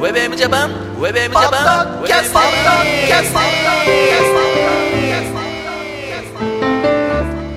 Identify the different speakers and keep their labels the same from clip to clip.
Speaker 1: WebM ジャパン WebM ジャパン
Speaker 2: キャストキャストキャストキャストキャスト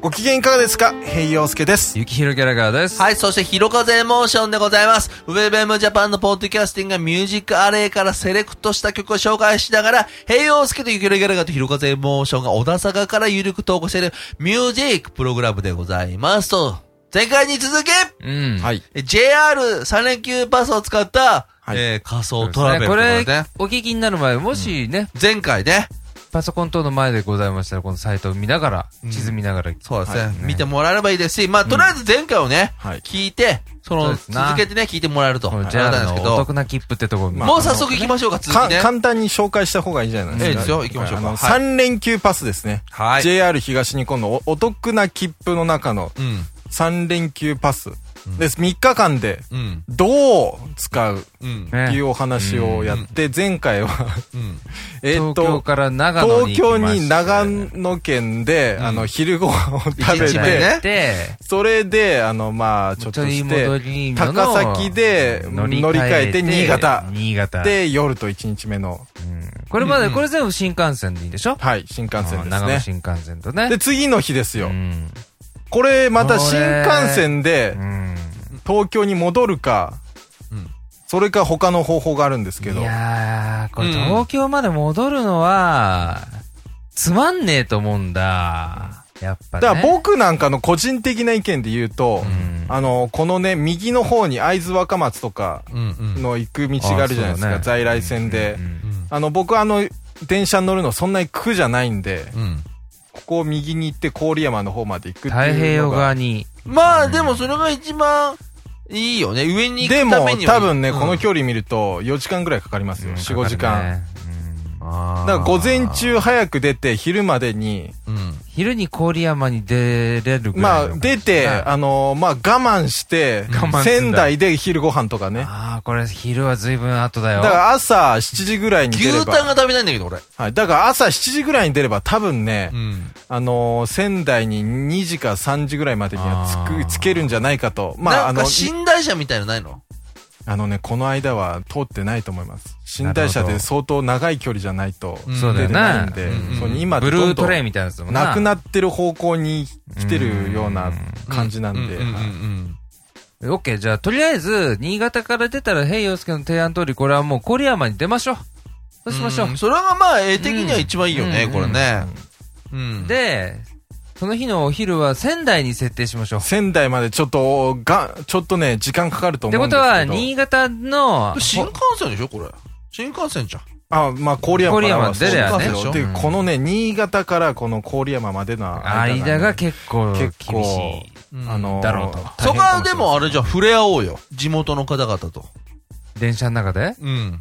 Speaker 3: ご機嫌いかがですか平洋介です。
Speaker 4: ゆきひろギャラガーです。
Speaker 1: はい、そして、ひろかぜエモーションでございます。WebM ジャパンのポッドキャスティングがミュージックアレイからセレクトした曲を紹介しながら、平洋介とゆきるギャラガーとひろかぜエモーションが小田坂から有力投稿しているミュージックプログラムでございます。と、前回に続き、
Speaker 4: うん。
Speaker 3: はい。
Speaker 1: JR3 連休パスを使った、
Speaker 3: はい
Speaker 1: えー仮想ト
Speaker 4: そう
Speaker 1: ラ
Speaker 4: で
Speaker 1: ベ
Speaker 4: す
Speaker 1: ル
Speaker 4: ねこれ
Speaker 1: という、
Speaker 4: お聞きになる前、もしね、
Speaker 1: とで前回ね、
Speaker 4: パソコン等の前でございましたら、このサイトを見ながら、地図見ながら、
Speaker 1: そうですね、
Speaker 4: はい
Speaker 1: 見てもらえればいいですし、まあ、とりあえず前回をね、
Speaker 3: はい
Speaker 1: 聞いて、その、
Speaker 4: そうですな
Speaker 1: 続けてね、聞いてもらえると。
Speaker 4: こ
Speaker 1: あ
Speaker 4: の
Speaker 1: な
Speaker 4: ジャ
Speaker 1: た
Speaker 4: ー
Speaker 1: ですけ
Speaker 4: の
Speaker 1: ど
Speaker 4: お得、な切符ってところ
Speaker 3: まあ
Speaker 1: もう早速行きましょうか、続
Speaker 3: か
Speaker 1: きね。
Speaker 3: 簡単に紹介した方がいいんじゃないですか。
Speaker 1: ええですよ行きましょうか
Speaker 3: あの、
Speaker 1: はい
Speaker 3: 3連休パスですね。
Speaker 4: はい
Speaker 3: JR 東日本のおお得な切符の中の
Speaker 1: うん、
Speaker 3: 3連休パスです。3日間で
Speaker 1: うん、
Speaker 3: どう使う
Speaker 1: うん、
Speaker 3: ってい
Speaker 4: ね
Speaker 3: うお話をやって、前回は、
Speaker 1: うん。
Speaker 3: えーっ
Speaker 4: 東京
Speaker 3: と、
Speaker 4: から長野に
Speaker 3: 東
Speaker 4: 行
Speaker 3: 京
Speaker 4: きま
Speaker 3: に
Speaker 4: した
Speaker 3: 長
Speaker 4: よね。
Speaker 3: 野県で、あの、昼ご飯を食べ
Speaker 1: 一日目
Speaker 3: て、
Speaker 1: ね
Speaker 4: 行って、
Speaker 3: それで、あの、まあ、ちょっとし
Speaker 4: ちょい戻
Speaker 3: て
Speaker 4: り、の
Speaker 3: 高崎で乗り換えて新潟。
Speaker 4: 新潟。
Speaker 3: で、夜と1日目の、
Speaker 4: これまで、これ全部新幹線でいいんでしょ
Speaker 3: はい、新幹線
Speaker 4: あー長野
Speaker 3: ですね。
Speaker 4: 新幹線とね。
Speaker 3: で、次の日ですよ
Speaker 4: う。ん。
Speaker 3: これ、また新幹線で
Speaker 4: うん。
Speaker 3: 東京に戻るか
Speaker 1: うん、
Speaker 3: それか他の方法があるんですけ
Speaker 4: い
Speaker 3: ど、
Speaker 4: やー、これ
Speaker 1: うん
Speaker 4: 東京まで戻るのは、つまんねえと思うんだ。やっぱね。
Speaker 3: だから僕なんかの個人的な意見で言うと、
Speaker 4: ん
Speaker 3: あの、このね、右の方に会津若松とか
Speaker 1: うん、うん。
Speaker 3: の行く道があるじゃないです
Speaker 4: あーそうだ
Speaker 3: か、
Speaker 4: ね
Speaker 3: 在来線で
Speaker 4: う。ん
Speaker 3: あの、僕はあの、電車に乗るのそんなに苦じゃないんで、
Speaker 1: うん、
Speaker 3: ここを右に行って郡山の方まで行くっていうのが。
Speaker 4: 太平洋側に。
Speaker 1: まあ、でもそれが一番いいよね。上に行
Speaker 3: で
Speaker 1: くため
Speaker 3: も
Speaker 1: には
Speaker 3: 多分ね、この
Speaker 1: 日、
Speaker 3: 距離見ると4時間ぐらいかかりますよ。4、5時
Speaker 4: かかる
Speaker 3: 間。
Speaker 4: ね。うんあー
Speaker 3: だから午前。中早く出て昼までに、
Speaker 1: うん。
Speaker 4: 昼に郡山に出れるぐ
Speaker 3: ま
Speaker 4: らい
Speaker 3: あ
Speaker 4: の感じ
Speaker 3: 出て、
Speaker 4: あ
Speaker 3: あのー、まあ我慢して
Speaker 4: 我慢すん、だ
Speaker 3: 仙台で昼ご飯とかね。だ
Speaker 4: あー、これ昼は随分後だよ。
Speaker 3: から朝7時ぐらいに出れ
Speaker 1: 牛タン
Speaker 3: ば、
Speaker 1: が食べたいんだけど、俺。
Speaker 3: はい。だから朝7時ぐらいに出れば多分ね
Speaker 1: う、ん。
Speaker 3: あのー、仙台に2時か3時ぐらいまでには
Speaker 4: あー
Speaker 3: つく、つけるんじゃないかと。まあ
Speaker 1: な
Speaker 3: あ
Speaker 1: ん
Speaker 3: の
Speaker 1: か、、寝台車みたいのないの
Speaker 3: あのね、この間は通ってないと思います。寝台車で相当長い距離じゃないと、
Speaker 1: ん
Speaker 4: そうだ
Speaker 3: 出
Speaker 4: よ
Speaker 3: てない
Speaker 4: ね
Speaker 3: ん。で
Speaker 1: うんうん、
Speaker 3: そう今
Speaker 4: ブル
Speaker 3: ど
Speaker 4: ー
Speaker 3: んどん
Speaker 4: トレイみたいなやつも
Speaker 3: なく
Speaker 4: っ
Speaker 3: なってる方向に来てるような感じなんで
Speaker 1: う、ん、うん、うん。
Speaker 4: オッケー、じゃあ、とりあえず、新潟から出たら、ヘイヨスケの提案通り、これはもう郡山に出ましょう。そうしましょう。
Speaker 1: んそれがまあ、絵的には一番いいよね、
Speaker 4: うん
Speaker 1: これね。うん。、
Speaker 4: で、その日のお昼は仙台に設定しましょう。っ
Speaker 3: 仙台までちょっと、が、ちょっとね、時間かかると
Speaker 4: て
Speaker 3: 思う
Speaker 4: こ
Speaker 3: んで
Speaker 4: と
Speaker 3: すけど。
Speaker 4: は、新潟の、
Speaker 1: 新幹線でしょ、これ。新幹線じゃん。
Speaker 3: あ、まあ、郡山からは
Speaker 4: 郡山出りゃね
Speaker 3: そうですよ
Speaker 1: う
Speaker 3: で
Speaker 1: ん
Speaker 3: このね、新潟からこの郡山までの間,、
Speaker 4: 間が結構厳
Speaker 3: 結
Speaker 4: し
Speaker 3: 構
Speaker 4: い。
Speaker 1: うん
Speaker 3: あのー
Speaker 4: だろうと。
Speaker 1: そこはでもあれじゃん、触れ合おうよ。地元の方々と。
Speaker 4: 電車の中で
Speaker 1: うん。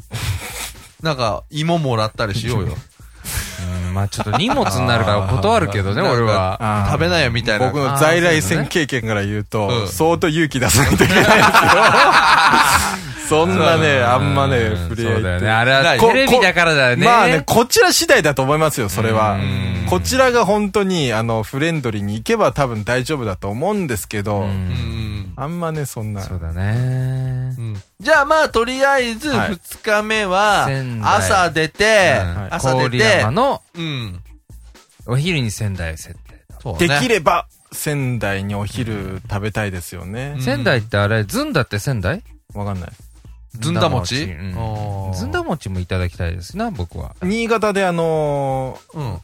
Speaker 1: なんか、芋もらったりしよ うよ。
Speaker 4: うん、まあちょっと荷物になるから断る けどね、
Speaker 1: あー
Speaker 4: 俺は。
Speaker 3: あー
Speaker 1: 食べないよみたいな。
Speaker 3: 僕の在来線経験から言う
Speaker 1: う
Speaker 3: と、
Speaker 1: ん
Speaker 3: 相当勇気出さないといけない ですよ。そんなね、あんまね、
Speaker 4: うん
Speaker 3: 触れ合い
Speaker 4: そ
Speaker 3: っ
Speaker 4: うだよ
Speaker 3: て
Speaker 4: ね。。あれは
Speaker 3: こ
Speaker 4: テレビだからだよね。
Speaker 3: まあね、こちら次第だと思いますよ、それは
Speaker 4: うん。
Speaker 3: こちらが本当に、あの、フレンドリーに行けば多分大丈夫だと思うんですけ
Speaker 4: う
Speaker 3: ど、
Speaker 4: ん。
Speaker 1: ん。
Speaker 3: あんまね、そんな。
Speaker 4: そうだね。
Speaker 1: じゃあまあ、とりあえず、
Speaker 3: はい
Speaker 1: 二日目は
Speaker 4: 仙、台
Speaker 1: 朝出て
Speaker 4: うん、
Speaker 1: 朝出
Speaker 4: 郡
Speaker 1: て
Speaker 4: 山、の
Speaker 1: うん。
Speaker 4: お昼に仙台を設定と。
Speaker 1: そう
Speaker 3: で
Speaker 1: ね
Speaker 3: きれば、仙台にお昼食べたいですよね
Speaker 1: うん。
Speaker 4: 仙台ってあれ、ずんだって仙台
Speaker 3: わかんない。
Speaker 1: ずんだ餅
Speaker 4: うん
Speaker 1: あー
Speaker 4: ずんだ餅もいただきたいですな、僕は。
Speaker 3: 新潟であの
Speaker 1: うん。
Speaker 3: ー、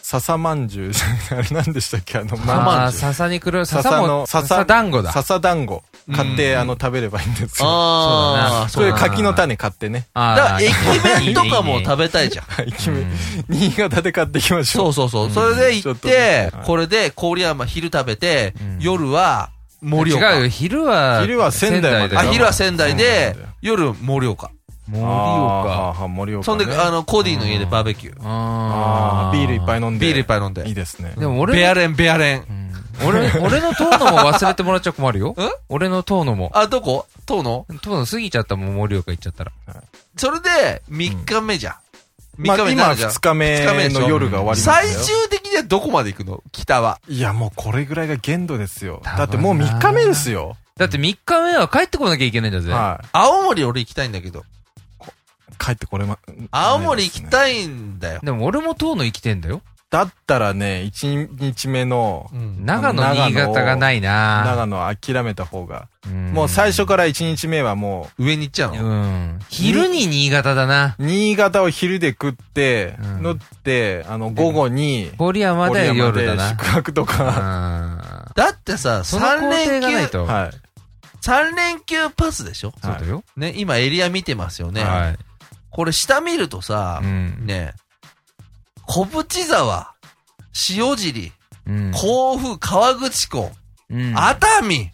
Speaker 3: 笹まんじゅう、 あれなんでしたっけあ
Speaker 1: ま
Speaker 3: の、
Speaker 1: んじゅう
Speaker 4: あー笹にくる、笹
Speaker 3: 笹の
Speaker 4: も、笹団子だ。
Speaker 3: 笹団子買っ
Speaker 1: う
Speaker 3: て、
Speaker 1: ん
Speaker 3: あの、食べればいいんですよ。
Speaker 1: ああ、
Speaker 3: そ
Speaker 1: そう
Speaker 3: れ
Speaker 1: だ
Speaker 4: な
Speaker 1: ね。
Speaker 4: んだ
Speaker 3: 柿の種買ってね。
Speaker 4: あ
Speaker 1: だ
Speaker 4: ー
Speaker 1: から、駅弁とかも
Speaker 4: いいねいいね
Speaker 1: 食べたいじゃん。
Speaker 3: はい、決め、新潟で買ってきましょ。
Speaker 1: そううそうそう。それで行っ
Speaker 3: ちょっとね
Speaker 1: て、これで郡山昼食べて
Speaker 4: うん、
Speaker 1: 夜は盛岡。
Speaker 4: 違うよ、昼は、
Speaker 3: 昼は仙台まで
Speaker 4: だ
Speaker 1: あ、
Speaker 4: よ
Speaker 1: 昼は仙台で
Speaker 3: そうなんだよ、
Speaker 1: 夜盛岡。
Speaker 4: 盛
Speaker 3: あー
Speaker 4: 岡。
Speaker 3: はあはあ盛岡ね。
Speaker 1: そんで、あの、コーディの家でバーベキュー。
Speaker 3: あ
Speaker 4: あ
Speaker 3: ービールいっぱい
Speaker 4: い。
Speaker 3: 飲んで。
Speaker 1: ビールいっぱい飲んで
Speaker 3: いい。ですね。
Speaker 4: でも俺
Speaker 1: ベア
Speaker 4: の、
Speaker 1: レン、ベアレン。
Speaker 4: 俺、俺の遠野も忘れてもらっちゃ困 るよ。俺の遠野も。
Speaker 1: あ、どこ遠野
Speaker 4: 遠野過ぎちゃったもん、盛岡行っちゃったら。
Speaker 1: それで、3日目じゃん。
Speaker 3: まあ、
Speaker 1: 3日目に
Speaker 3: 今
Speaker 1: なるじゃん
Speaker 3: 2。日目の夜が終わりま
Speaker 1: 最
Speaker 3: したよ。
Speaker 1: 終的ににはどこまで行くの北は。
Speaker 3: いや、もうこれぐらいが限度ですよ。
Speaker 4: 多分な
Speaker 3: だってもう3日目ですよ。
Speaker 4: だって3日目は帰ってこなきゃいけないんだぜ。
Speaker 3: は
Speaker 1: 青森俺行きたいんだけど。
Speaker 3: い。帰ってこれま、
Speaker 1: 青森行き
Speaker 3: い。
Speaker 1: たいんだよ。
Speaker 4: でも俺も遠野生きてんだよ。
Speaker 3: だったらね、1日目の、
Speaker 1: うん
Speaker 4: 長野、
Speaker 3: 長野
Speaker 4: 新潟がないな
Speaker 3: 長野諦めた方が。
Speaker 4: うん
Speaker 3: もう最初から1日目はも
Speaker 1: 上に行っちゃうの
Speaker 4: うん。昼に新潟だな。
Speaker 3: う、新潟を昼で食って、
Speaker 4: うん
Speaker 3: 乗って、あの、午後に、
Speaker 4: 郡山で
Speaker 3: 郡山
Speaker 4: 夜だ
Speaker 3: で宿
Speaker 4: な。
Speaker 3: 泊とか、
Speaker 4: あ
Speaker 1: だってさ、
Speaker 4: その工
Speaker 1: 3
Speaker 4: 程がない
Speaker 1: 連休、
Speaker 4: と。
Speaker 3: はい。
Speaker 1: 三連休パスでしょ
Speaker 4: そうだよ。
Speaker 1: ね、今エリア見てますよね。
Speaker 4: はい。
Speaker 1: これ下見るとさ
Speaker 4: う、ん。
Speaker 1: ね、小淵沢、塩尻、
Speaker 4: うん。
Speaker 1: 甲府、川口湖、
Speaker 4: うん
Speaker 1: 熱海、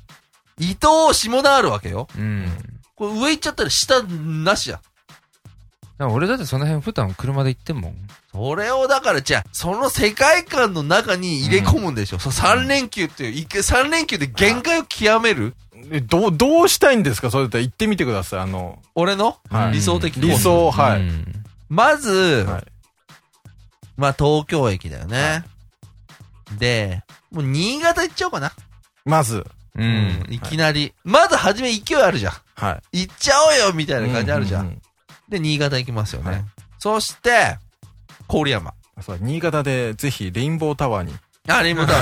Speaker 1: 伊東、下田あるわけよ。
Speaker 4: うん。だ
Speaker 1: これ上行っちゃったら下なしや。
Speaker 4: から俺だってその辺普段車で行ってんもん。
Speaker 1: それをだから、じゃあ、その世界観の中に入れ込むんでしょ。そう3連休っていう、3連休で限界を極める
Speaker 3: えどう、どうしたいんですかそれだったら行ってみてください。あの、
Speaker 1: 俺の
Speaker 3: はい
Speaker 1: 理想的コース
Speaker 3: 理想、は
Speaker 4: う
Speaker 3: い。
Speaker 4: ん
Speaker 1: まず、
Speaker 3: はい
Speaker 1: まあ東京駅だよね。で、もう新潟行っちゃおうかな。
Speaker 3: まず、
Speaker 4: う。
Speaker 1: うんいきなり。まず初め勢いあるじゃん。
Speaker 3: は
Speaker 1: 行っちゃおうよみた
Speaker 3: い。
Speaker 1: いな感じあるじゃん。
Speaker 3: ううう
Speaker 1: で、新潟行きますよね。
Speaker 3: はい
Speaker 1: そして、郡山。
Speaker 3: そう、新潟でぜひレインボータワーに。
Speaker 1: あ、レインボータワ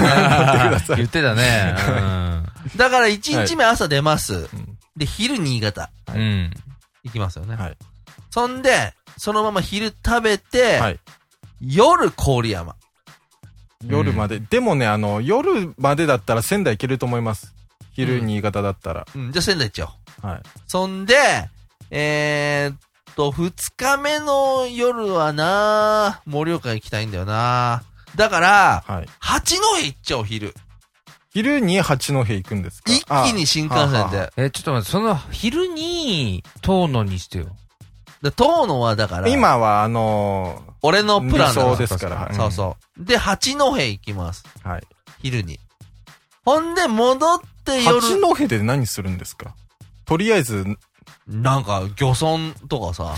Speaker 1: ーね。
Speaker 4: 言ってたね。
Speaker 1: だから1日目朝出ます。
Speaker 3: うん
Speaker 1: で、昼新潟
Speaker 4: うん。うん。
Speaker 1: 行きますよね。
Speaker 3: はい
Speaker 1: そんで、そのまま昼食べて、
Speaker 3: はい
Speaker 1: 夜郡山。
Speaker 3: 夜まで。でもね、あの、夜までだったら仙台行けると思います。昼、
Speaker 1: うん
Speaker 3: 新潟だったら。
Speaker 1: うん、じゃあ仙台行っちゃおう。
Speaker 3: はい。
Speaker 1: そんで、えー、っと、二日目の夜はな盛岡行きたいんだよなだから、
Speaker 3: はい。
Speaker 1: 八戸行っちゃおう、昼。
Speaker 3: 昼に八戸行くんですか
Speaker 1: 一気に新幹
Speaker 3: あ
Speaker 1: 線
Speaker 3: あ
Speaker 1: で。
Speaker 4: え、ちょっと待って、その昼に、遠野にしてよ。
Speaker 1: で、遠野はだか
Speaker 3: あ
Speaker 1: ら、、
Speaker 3: 今は、あの
Speaker 1: 俺のプランだ
Speaker 3: 理
Speaker 1: わ
Speaker 3: 想ですからはい
Speaker 1: そうそう。で、八戸行きます。
Speaker 3: ーはい。
Speaker 1: 昼に。ほんで、戻って夜、
Speaker 3: 八戸で何するんですかとりあえず、
Speaker 1: なんか、漁村とかさ、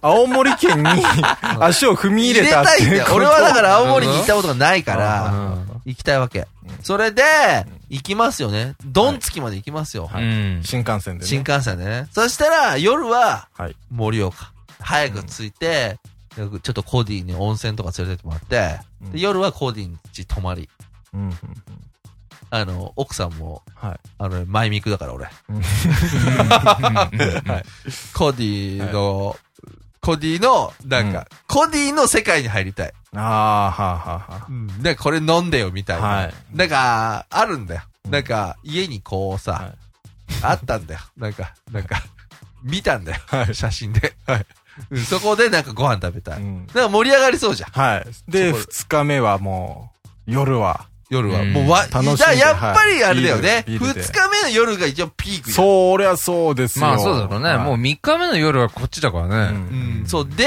Speaker 3: 青森 県に足を踏み入れたって
Speaker 1: たいん
Speaker 3: い
Speaker 1: だ
Speaker 3: う
Speaker 1: よ
Speaker 3: こ。と。
Speaker 1: 俺はだから青森に行ったことがないか
Speaker 3: あ
Speaker 1: ら、
Speaker 4: う
Speaker 1: 行きたいわけ。それで、行きますよね。ドンつきまで行きますよ。
Speaker 3: はい
Speaker 4: ん。
Speaker 3: 新幹線でね。
Speaker 1: 新幹線でね。そしたら、夜は
Speaker 3: はい、
Speaker 1: 盛岡。早く着いて、ちょっとコディに温泉とか連れてってもらって、
Speaker 3: うん
Speaker 1: で夜はコディに家泊まり。
Speaker 3: うんうんうん
Speaker 1: あの、奥さんも、
Speaker 3: はい。
Speaker 1: あの、前ミクだから俺。
Speaker 4: はい。
Speaker 1: コディの、コディの、なんか、コディの世界に入りたい。
Speaker 3: ああ、はあはあは
Speaker 1: うん。で、これ飲んでよ、みたいな。
Speaker 3: はい
Speaker 1: なんか、あるんだよ。
Speaker 3: うん
Speaker 1: なんか、家にこうさ、
Speaker 3: はい
Speaker 1: あったんだよ。なんか、なん か、見たんだよ。写真で。うんそこでなんかご飯食べた
Speaker 3: あ。
Speaker 1: い。
Speaker 3: うん
Speaker 1: なんか盛り上がりそうじゃん。
Speaker 3: はい。で、
Speaker 1: そこ
Speaker 3: 二日目はもう、夜は。
Speaker 1: 夜は。
Speaker 4: うん
Speaker 1: もうわ、
Speaker 3: 楽しんで
Speaker 1: じゃあやっぱりあれだよ
Speaker 3: は
Speaker 1: ね
Speaker 3: い。ビ
Speaker 1: 二
Speaker 3: ー
Speaker 1: 日
Speaker 3: ル
Speaker 1: 目
Speaker 3: で
Speaker 1: の夜が一応ピークじゃん
Speaker 3: そりゃそうですよ。
Speaker 4: まあそうだろうね。もう3日目の夜はこっちだから
Speaker 1: う
Speaker 4: ね。
Speaker 3: うん
Speaker 1: ん、そう。で、
Speaker 3: うん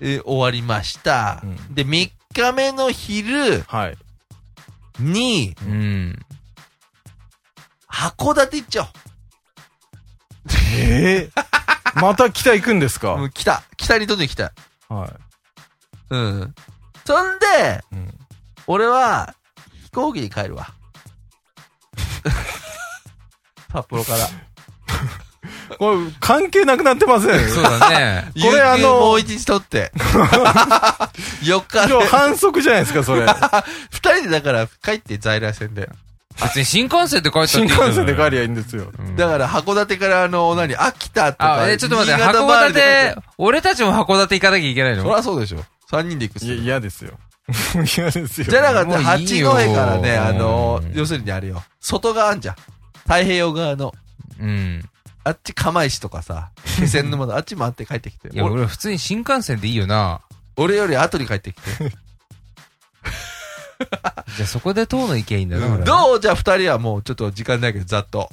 Speaker 1: えー終わりました。
Speaker 3: うん
Speaker 1: で、3日目の昼
Speaker 3: はい。
Speaker 1: に、
Speaker 4: うん。
Speaker 1: 函館行っちゃ
Speaker 3: ええまた北行くんです
Speaker 1: お う。も
Speaker 3: か
Speaker 1: う来た。北にどんどん行きたい。
Speaker 3: は
Speaker 1: うん。そんで、
Speaker 3: い。うん
Speaker 1: 俺は、飛行機で帰る わ。札幌から。
Speaker 3: これ、関係なくなってません。
Speaker 4: そう だね。
Speaker 1: こ
Speaker 3: こ
Speaker 1: れ
Speaker 3: れ
Speaker 1: あ
Speaker 3: あの
Speaker 1: の、もう一日取 って。4日
Speaker 3: 今日
Speaker 1: で。
Speaker 3: 反則じゃないですか、それ。
Speaker 1: 二人でだから帰って在来線で。
Speaker 4: 別に新幹線で帰った
Speaker 3: 新幹線で帰
Speaker 4: り。
Speaker 3: りゃいいんですよ。
Speaker 1: だから函館からあの、何、秋田とか。
Speaker 4: あ、え、ちょっと待って、
Speaker 1: 新潟
Speaker 4: 函
Speaker 1: 周りで帰っ
Speaker 4: 館
Speaker 1: て、
Speaker 4: 俺たちも函館行かなきゃいけない
Speaker 1: そ
Speaker 4: の
Speaker 1: りゃそうでしょ。三人で行くっす
Speaker 3: いや、
Speaker 1: よ
Speaker 3: 嫌です よ。嫌ですよ。
Speaker 1: じゃあだから、
Speaker 4: もうい
Speaker 1: 八
Speaker 4: い
Speaker 1: 戸
Speaker 4: よ
Speaker 1: からね、あの
Speaker 4: う、ん
Speaker 1: 要するにあれよ。外側あんじゃん。太平洋側の、
Speaker 4: うん。
Speaker 1: あっち釜石とかさ、気仙沼のあっち回って帰ってきて
Speaker 4: い。や、
Speaker 1: お
Speaker 4: 俺普通に新幹線でいいよな。
Speaker 1: 俺より後に帰ってきて。
Speaker 4: じゃあそこで遠野行けばいいんだな。俺
Speaker 1: どうじゃあ二人はもうちょっと時間ないけど、ざっと。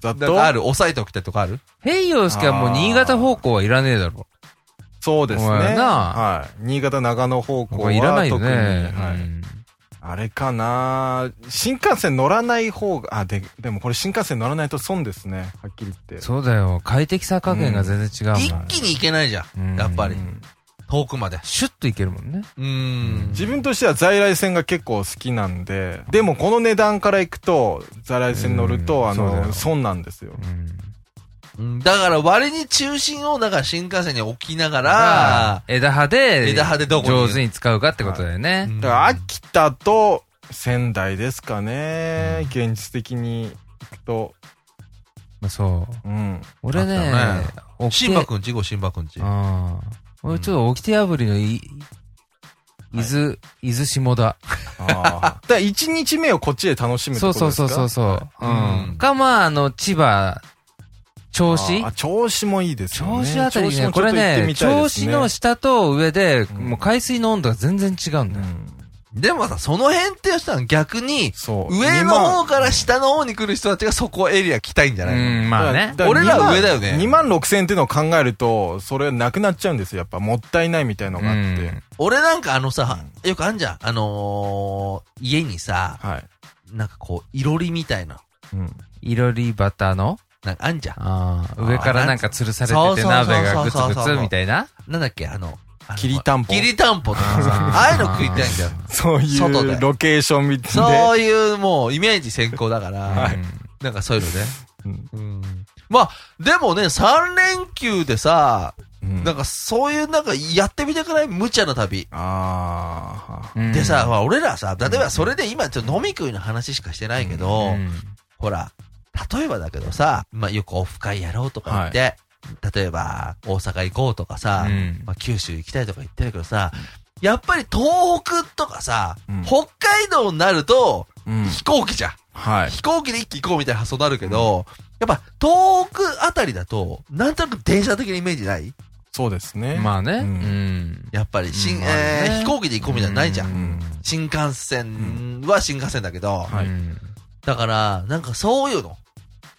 Speaker 3: ざっ
Speaker 1: なんかあ
Speaker 3: と。
Speaker 1: る押さえておきたいとかある
Speaker 4: ヘイヨウスケはもう新潟方向はいらねえだろ。
Speaker 3: そうですね。
Speaker 4: お前な
Speaker 3: はい。新潟長野方向
Speaker 4: ここ
Speaker 3: は。
Speaker 4: いらないよ
Speaker 3: 特に
Speaker 4: ね。
Speaker 3: は
Speaker 4: う
Speaker 3: い。
Speaker 4: ん
Speaker 3: あれかな新幹線乗らない方が、あ、で、でもこれ新幹線乗らないと損ですね。はっきり言って。
Speaker 4: そうだよ。快適さ加減が全然違うもん。
Speaker 1: 一気に行けないじゃん。
Speaker 4: うん
Speaker 1: やっぱ
Speaker 3: う
Speaker 1: り。
Speaker 3: ん
Speaker 1: 遠くまで。
Speaker 4: シュッといけるもんね。
Speaker 1: うーん。
Speaker 3: 自分としては在来線が結構好きなんで、でもこの値段から行くと、在来線乗る
Speaker 4: うん
Speaker 3: と、あ
Speaker 4: そうだよ
Speaker 3: の、損なんですよ。
Speaker 4: うん。
Speaker 1: うんだから割に中心をだから新幹線に置きなが
Speaker 4: あ
Speaker 1: ら、
Speaker 4: 枝葉で、
Speaker 1: 枝葉でどこに
Speaker 4: 上手に使うかってことだよね。
Speaker 1: うん
Speaker 3: だから秋田と仙台ですかね、現実的に行くと。
Speaker 4: まあそう。
Speaker 3: うん。
Speaker 4: 俺ね
Speaker 1: あっ、
Speaker 4: お
Speaker 1: 新馬くんち、ご新馬くんち。
Speaker 4: ああ。俺ちょっと起きて破りのい、伊豆、伊豆下田。
Speaker 3: ああ。 だから1日目をこっちで楽しむって
Speaker 4: そ
Speaker 3: こと
Speaker 4: うそう
Speaker 3: です
Speaker 4: そ
Speaker 3: か
Speaker 4: うそう
Speaker 3: う
Speaker 4: そう。
Speaker 1: はい
Speaker 4: うん。か、まあ、あの、千葉、銚子
Speaker 3: あ、調子もいいですよ
Speaker 4: 銚
Speaker 3: ね。
Speaker 4: 子あたり
Speaker 3: 銚子
Speaker 4: ね、
Speaker 3: もち
Speaker 4: こ
Speaker 3: ょっと行っ
Speaker 4: れ
Speaker 3: て
Speaker 4: ね、
Speaker 3: みたいで
Speaker 4: 銚
Speaker 3: す
Speaker 4: 子
Speaker 3: ね
Speaker 4: の下と上で、
Speaker 3: ん
Speaker 4: もう海水の温度が全然違うんだ
Speaker 3: う
Speaker 4: よ。
Speaker 3: ん。
Speaker 1: でもさ、その辺ってしたら逆に、
Speaker 3: そう。
Speaker 1: 上の
Speaker 3: 2
Speaker 1: 方
Speaker 3: 万
Speaker 1: から下の方に来る人たちがそこエリア来たいんじゃ
Speaker 4: う
Speaker 1: ないの、
Speaker 4: ん、まあね。
Speaker 3: だから
Speaker 1: 俺らは上だよね
Speaker 3: 2万6千円っていうのを考えると、それなくなっちゃうんですよ。やっぱもったいないみたいのがあって。
Speaker 4: うん
Speaker 1: 俺なんかあのさ、よくあんじゃん。あのー、家にさ、
Speaker 3: はい。
Speaker 1: なんかこう、いろりみたいな。
Speaker 3: うん。
Speaker 4: いろりバターの、
Speaker 1: なんかあんじゃん。
Speaker 4: ああ、上からなんか吊るされてて
Speaker 1: あーなんつ
Speaker 4: 鍋がぐつ
Speaker 1: そうそう
Speaker 4: ぐ
Speaker 1: そうそう
Speaker 4: つみたいな。
Speaker 1: なんだっけ、あの、あの
Speaker 3: きりたんぽ
Speaker 1: きりたんぽとかさ、
Speaker 4: あー
Speaker 1: ああいうの食いたいんだよ。
Speaker 3: そう
Speaker 1: 外で
Speaker 3: いうロケーションみたいな。
Speaker 1: そういうもう、イメージ先行だから、
Speaker 3: はい
Speaker 4: うん
Speaker 1: なんかそういうのね。
Speaker 3: うん
Speaker 1: うん。まあ、でもね、3連休でさ、
Speaker 3: うん
Speaker 1: なんかそういうなんかやってみたくない無茶な旅。
Speaker 3: ああ。
Speaker 4: うん
Speaker 1: でさ、まあ俺らさ、例えばそれで今ちょっと飲み食いの話しかしてないけど、
Speaker 4: うん
Speaker 1: ほら、例えばだけどさ、まあよくオフ会やろうとか言って、例えば大阪行こうとかさ、
Speaker 4: うん
Speaker 1: まあ九州行きたいとか言ってるけどさ、やっぱり東北とかさ、
Speaker 3: うん
Speaker 1: 北海道になると
Speaker 3: うん。
Speaker 1: 飛行機じゃん。
Speaker 3: はい。
Speaker 1: 飛行機で一気行こうみたいな発想になるけど、やっぱ東北あたりだと、なんとなく電車的なイメージない
Speaker 3: そうですね。
Speaker 4: まあね。う
Speaker 3: うん
Speaker 4: ん。
Speaker 1: やっぱり新、
Speaker 4: うんまあ
Speaker 1: えー
Speaker 4: ね
Speaker 1: 飛行機で行こうみたいなのないじゃん。
Speaker 3: うん
Speaker 1: 新幹線は新幹線だけど、
Speaker 3: はい
Speaker 4: うん
Speaker 1: だから、なんかそういうの。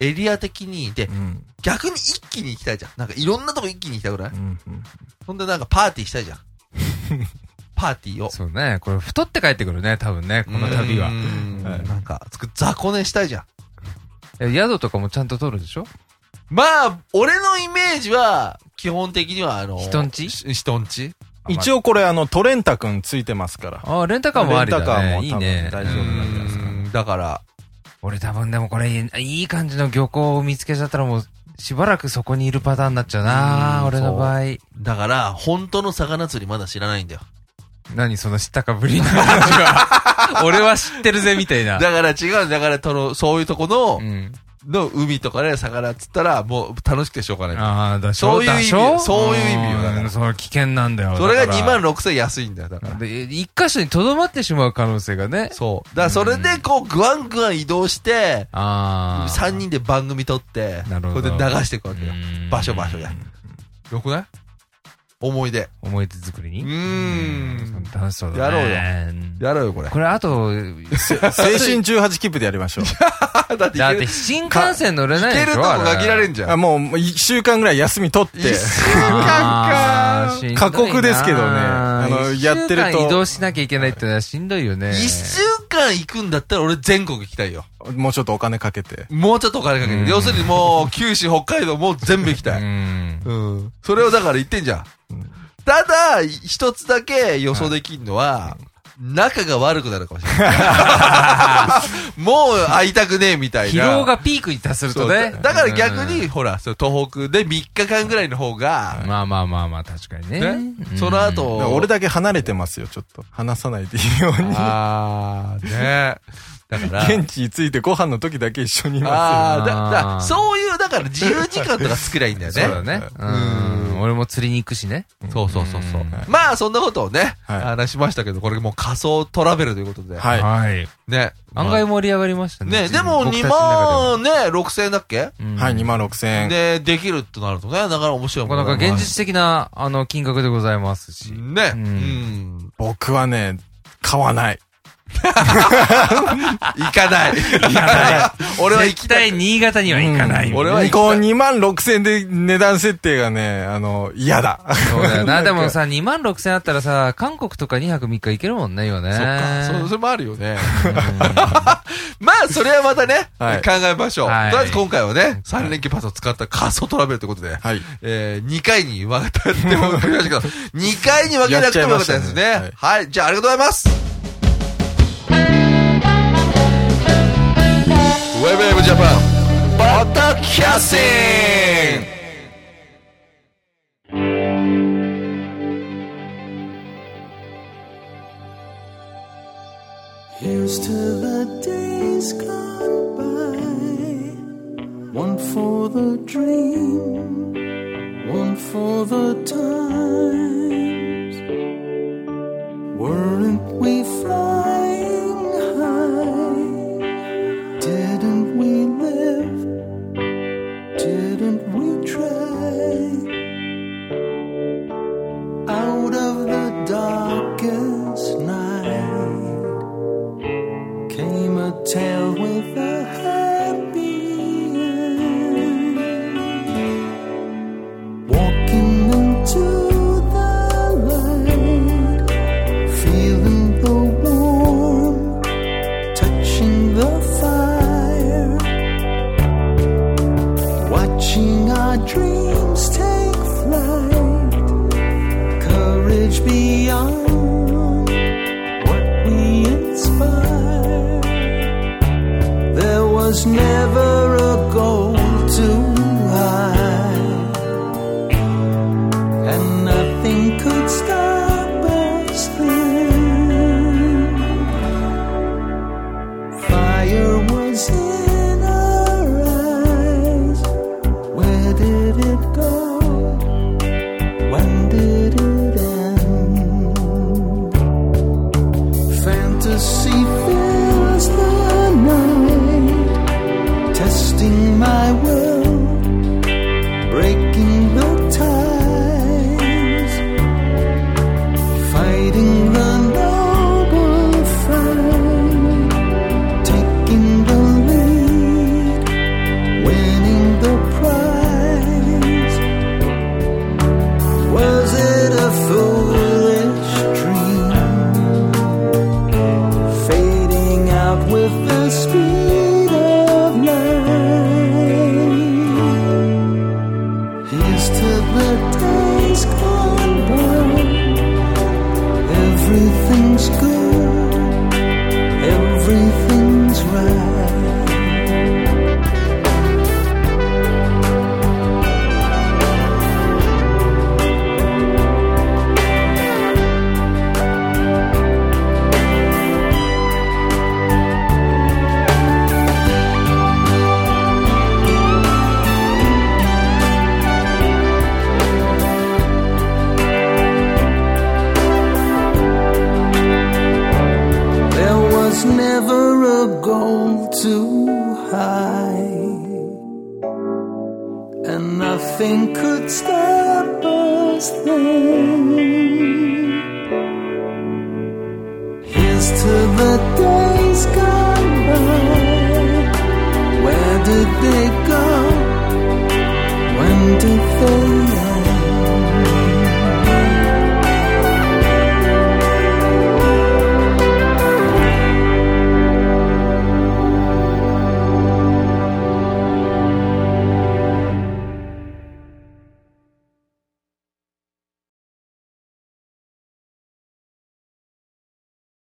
Speaker 1: エリア的に、で
Speaker 3: う、ん。
Speaker 1: 逆に一気に行きたいじゃん。なんかいろんなとこ一気に行きたくない
Speaker 3: うんうん
Speaker 1: ほんでなんかパーティーしたいじ ゃん。パーティーを。
Speaker 4: そうね。これ太って帰ってくるね、多分ね、この旅は
Speaker 1: う。ん
Speaker 3: はい
Speaker 1: なんか、つく雑魚寝したいじゃん。
Speaker 4: え宿とかもちゃんと取るでしょ
Speaker 1: まあ、俺のイメージは、基本的にはあの、
Speaker 4: 人んち
Speaker 1: し人んち
Speaker 3: 一応これあの、トレンタ君ついてます から。
Speaker 4: ああ、レンタカーもありだ
Speaker 3: レンタカー
Speaker 4: ね。
Speaker 3: も
Speaker 4: いい
Speaker 3: 多分
Speaker 4: ね。
Speaker 3: 大丈夫なんじゃないですか
Speaker 1: うんだから、
Speaker 4: 俺多分でもこれいいいい感じの漁港を見つけちゃったらもうしばらくそこにいるパターンになっちゃうな
Speaker 1: うん
Speaker 4: 俺の場合。
Speaker 1: だから、本当の魚釣りまだ知らないんだよ。
Speaker 4: 何その知ったかぶりな感じは。 俺は知ってるぜみたいな
Speaker 1: だ。から違う、だから、その、そういうとこの
Speaker 4: う、ん。
Speaker 1: の海とかで魚釣ったら、もう楽しくてしょうがない。
Speaker 4: ああ、だし
Speaker 1: そ
Speaker 4: ょ
Speaker 1: ういう意味
Speaker 4: だしょ
Speaker 1: そういう意味よだから
Speaker 4: うんそれ危険なんだよ。
Speaker 1: それ
Speaker 4: だ
Speaker 1: が
Speaker 4: から
Speaker 1: 2万6千安いんだよ、だから。
Speaker 4: で、一箇所に留まってしまう可能性がね。
Speaker 1: そう。だから、それで、こう、ぐわんぐわん移動して、
Speaker 4: ああ。
Speaker 1: 3人で番組撮って、
Speaker 4: なるほど
Speaker 1: これで流していくわけよ。
Speaker 4: うん
Speaker 1: 場所場所で。よくない思い出。
Speaker 4: 思い出作りに。
Speaker 1: うー
Speaker 4: うん
Speaker 1: ん。
Speaker 4: 楽しそうだね。
Speaker 1: やろうよ
Speaker 4: うん
Speaker 1: やろうよ、これ。
Speaker 4: これあと、
Speaker 3: 青春18切符でやりましょ う。
Speaker 1: だって
Speaker 4: だ
Speaker 1: い
Speaker 4: っ
Speaker 1: け
Speaker 4: て
Speaker 1: る
Speaker 4: 新幹線乗れないでしょ
Speaker 1: いけるとこ限られんじゃ
Speaker 3: あ
Speaker 1: ん。
Speaker 3: もう、1週間ぐらい休み取っ
Speaker 1: 一
Speaker 3: て。
Speaker 1: 週間か。
Speaker 4: あーしんどいな
Speaker 3: 過酷ですけどねあの
Speaker 4: 一週間
Speaker 3: やってると
Speaker 4: 移動しなきゃいけないってのはしんどいよね。
Speaker 1: 一週間行くんだったら俺全国行きたいよ。
Speaker 3: もうちょっとお金かけて。
Speaker 1: もうちょっとお金かけ
Speaker 4: うん
Speaker 1: て。要するにもう、九州、北海道もう全部行きた
Speaker 4: う
Speaker 1: い。
Speaker 4: ん。
Speaker 1: うん。それをだから言ってんじゃん
Speaker 3: うん。
Speaker 1: ただ、一つだけ予想できるのは、仲が悪くなるかもしれない。もう会いたくねえみたい
Speaker 4: 疲
Speaker 1: な。
Speaker 4: 労がピークに達する
Speaker 1: そ
Speaker 4: と
Speaker 1: う
Speaker 4: ね。
Speaker 1: だだから逆
Speaker 4: う
Speaker 1: に、
Speaker 4: ん、
Speaker 1: ほら、その東北で3日間ぐらいの方が、
Speaker 4: まあまあまあまあ、確かにね。
Speaker 1: ね
Speaker 4: うん
Speaker 1: その後、
Speaker 3: だから俺だけ離れてますよ、ちょっと。話さないでいいように。
Speaker 1: あー、ね。だから、
Speaker 3: 現地に着いてご飯の時だけ一緒にいま
Speaker 1: あーだ、
Speaker 4: あー
Speaker 1: だ、そういう、だから自由時間とか作りゃいいんだよ
Speaker 4: そ
Speaker 1: ね。
Speaker 4: うだね。うん。俺も釣りに行くしね。
Speaker 1: そうそうそうそう
Speaker 4: うん
Speaker 1: はいまあ、そんなことをね、
Speaker 3: はい
Speaker 1: 話しましたけど、これもう仮想トラベルということで。
Speaker 3: す。はい。
Speaker 4: はい。
Speaker 1: ね。
Speaker 4: 案外盛り上がりました
Speaker 1: まあ
Speaker 4: ね。
Speaker 1: ね、でも
Speaker 4: 僕たち
Speaker 1: 2
Speaker 4: の中
Speaker 1: 万ね、6000円だっけ
Speaker 4: でも。
Speaker 3: はい、2
Speaker 4: 万。
Speaker 3: 万6千円。
Speaker 1: で、できるとなるとね、なかなか面白い
Speaker 4: な
Speaker 1: もん
Speaker 4: かなか
Speaker 1: ね
Speaker 4: 現実的な、あの、金額でございますし。
Speaker 1: ね。
Speaker 4: う
Speaker 1: うんん。
Speaker 3: 僕はね、買わない。
Speaker 1: 行かない。行かない。 俺は行き
Speaker 4: 絶
Speaker 1: たい。
Speaker 4: 対新潟には行かないよ。
Speaker 1: 俺は行きたい
Speaker 3: こう2万6000円で値段設定がね、あの、嫌だ。
Speaker 4: そうだ よな。でもさ、2万6千あったらさ、韓国とか2泊3日行けるもんね、よね。
Speaker 1: そっか、そそれもあるよね。まあ、それはまたね、
Speaker 3: はい
Speaker 1: 考えましょう。
Speaker 4: はい
Speaker 1: とりあえず今回はね、3連休パスを使った仮想トラベルということで、
Speaker 3: はい。
Speaker 1: えー、2回に分かってもらいましたけど、2回 に分けなくてもよかったですね。
Speaker 3: やっちゃいましたね
Speaker 1: はい、じゃあありがとうございます。ウェブウェブジャパン、バタキャッシング
Speaker 5: Here's to the days gone by. One for the dream, one for the times. Weren't we flying high? Didn't we live? Didn't we try? Out of the darkest night came a tale with a happy end. Walking into the light, feeling the warmth, touching the fire, watching our dreams take flight, courage beyond what we inspire. There was never a goal to hide, and nothing could stop us then. Fire was in our eyes. Where did it go? When did it end? Fantasy fills the night, testing my will, breaking the ties, fighting the noble fight, taking the lead, winning the prize. Was it a foolish dream? fading out with the speed of light. Here's to the days gone by. Everything's good, everything's right. There was never a goal too high, and nothing could stop us then. Here's to the days gone by. Where did they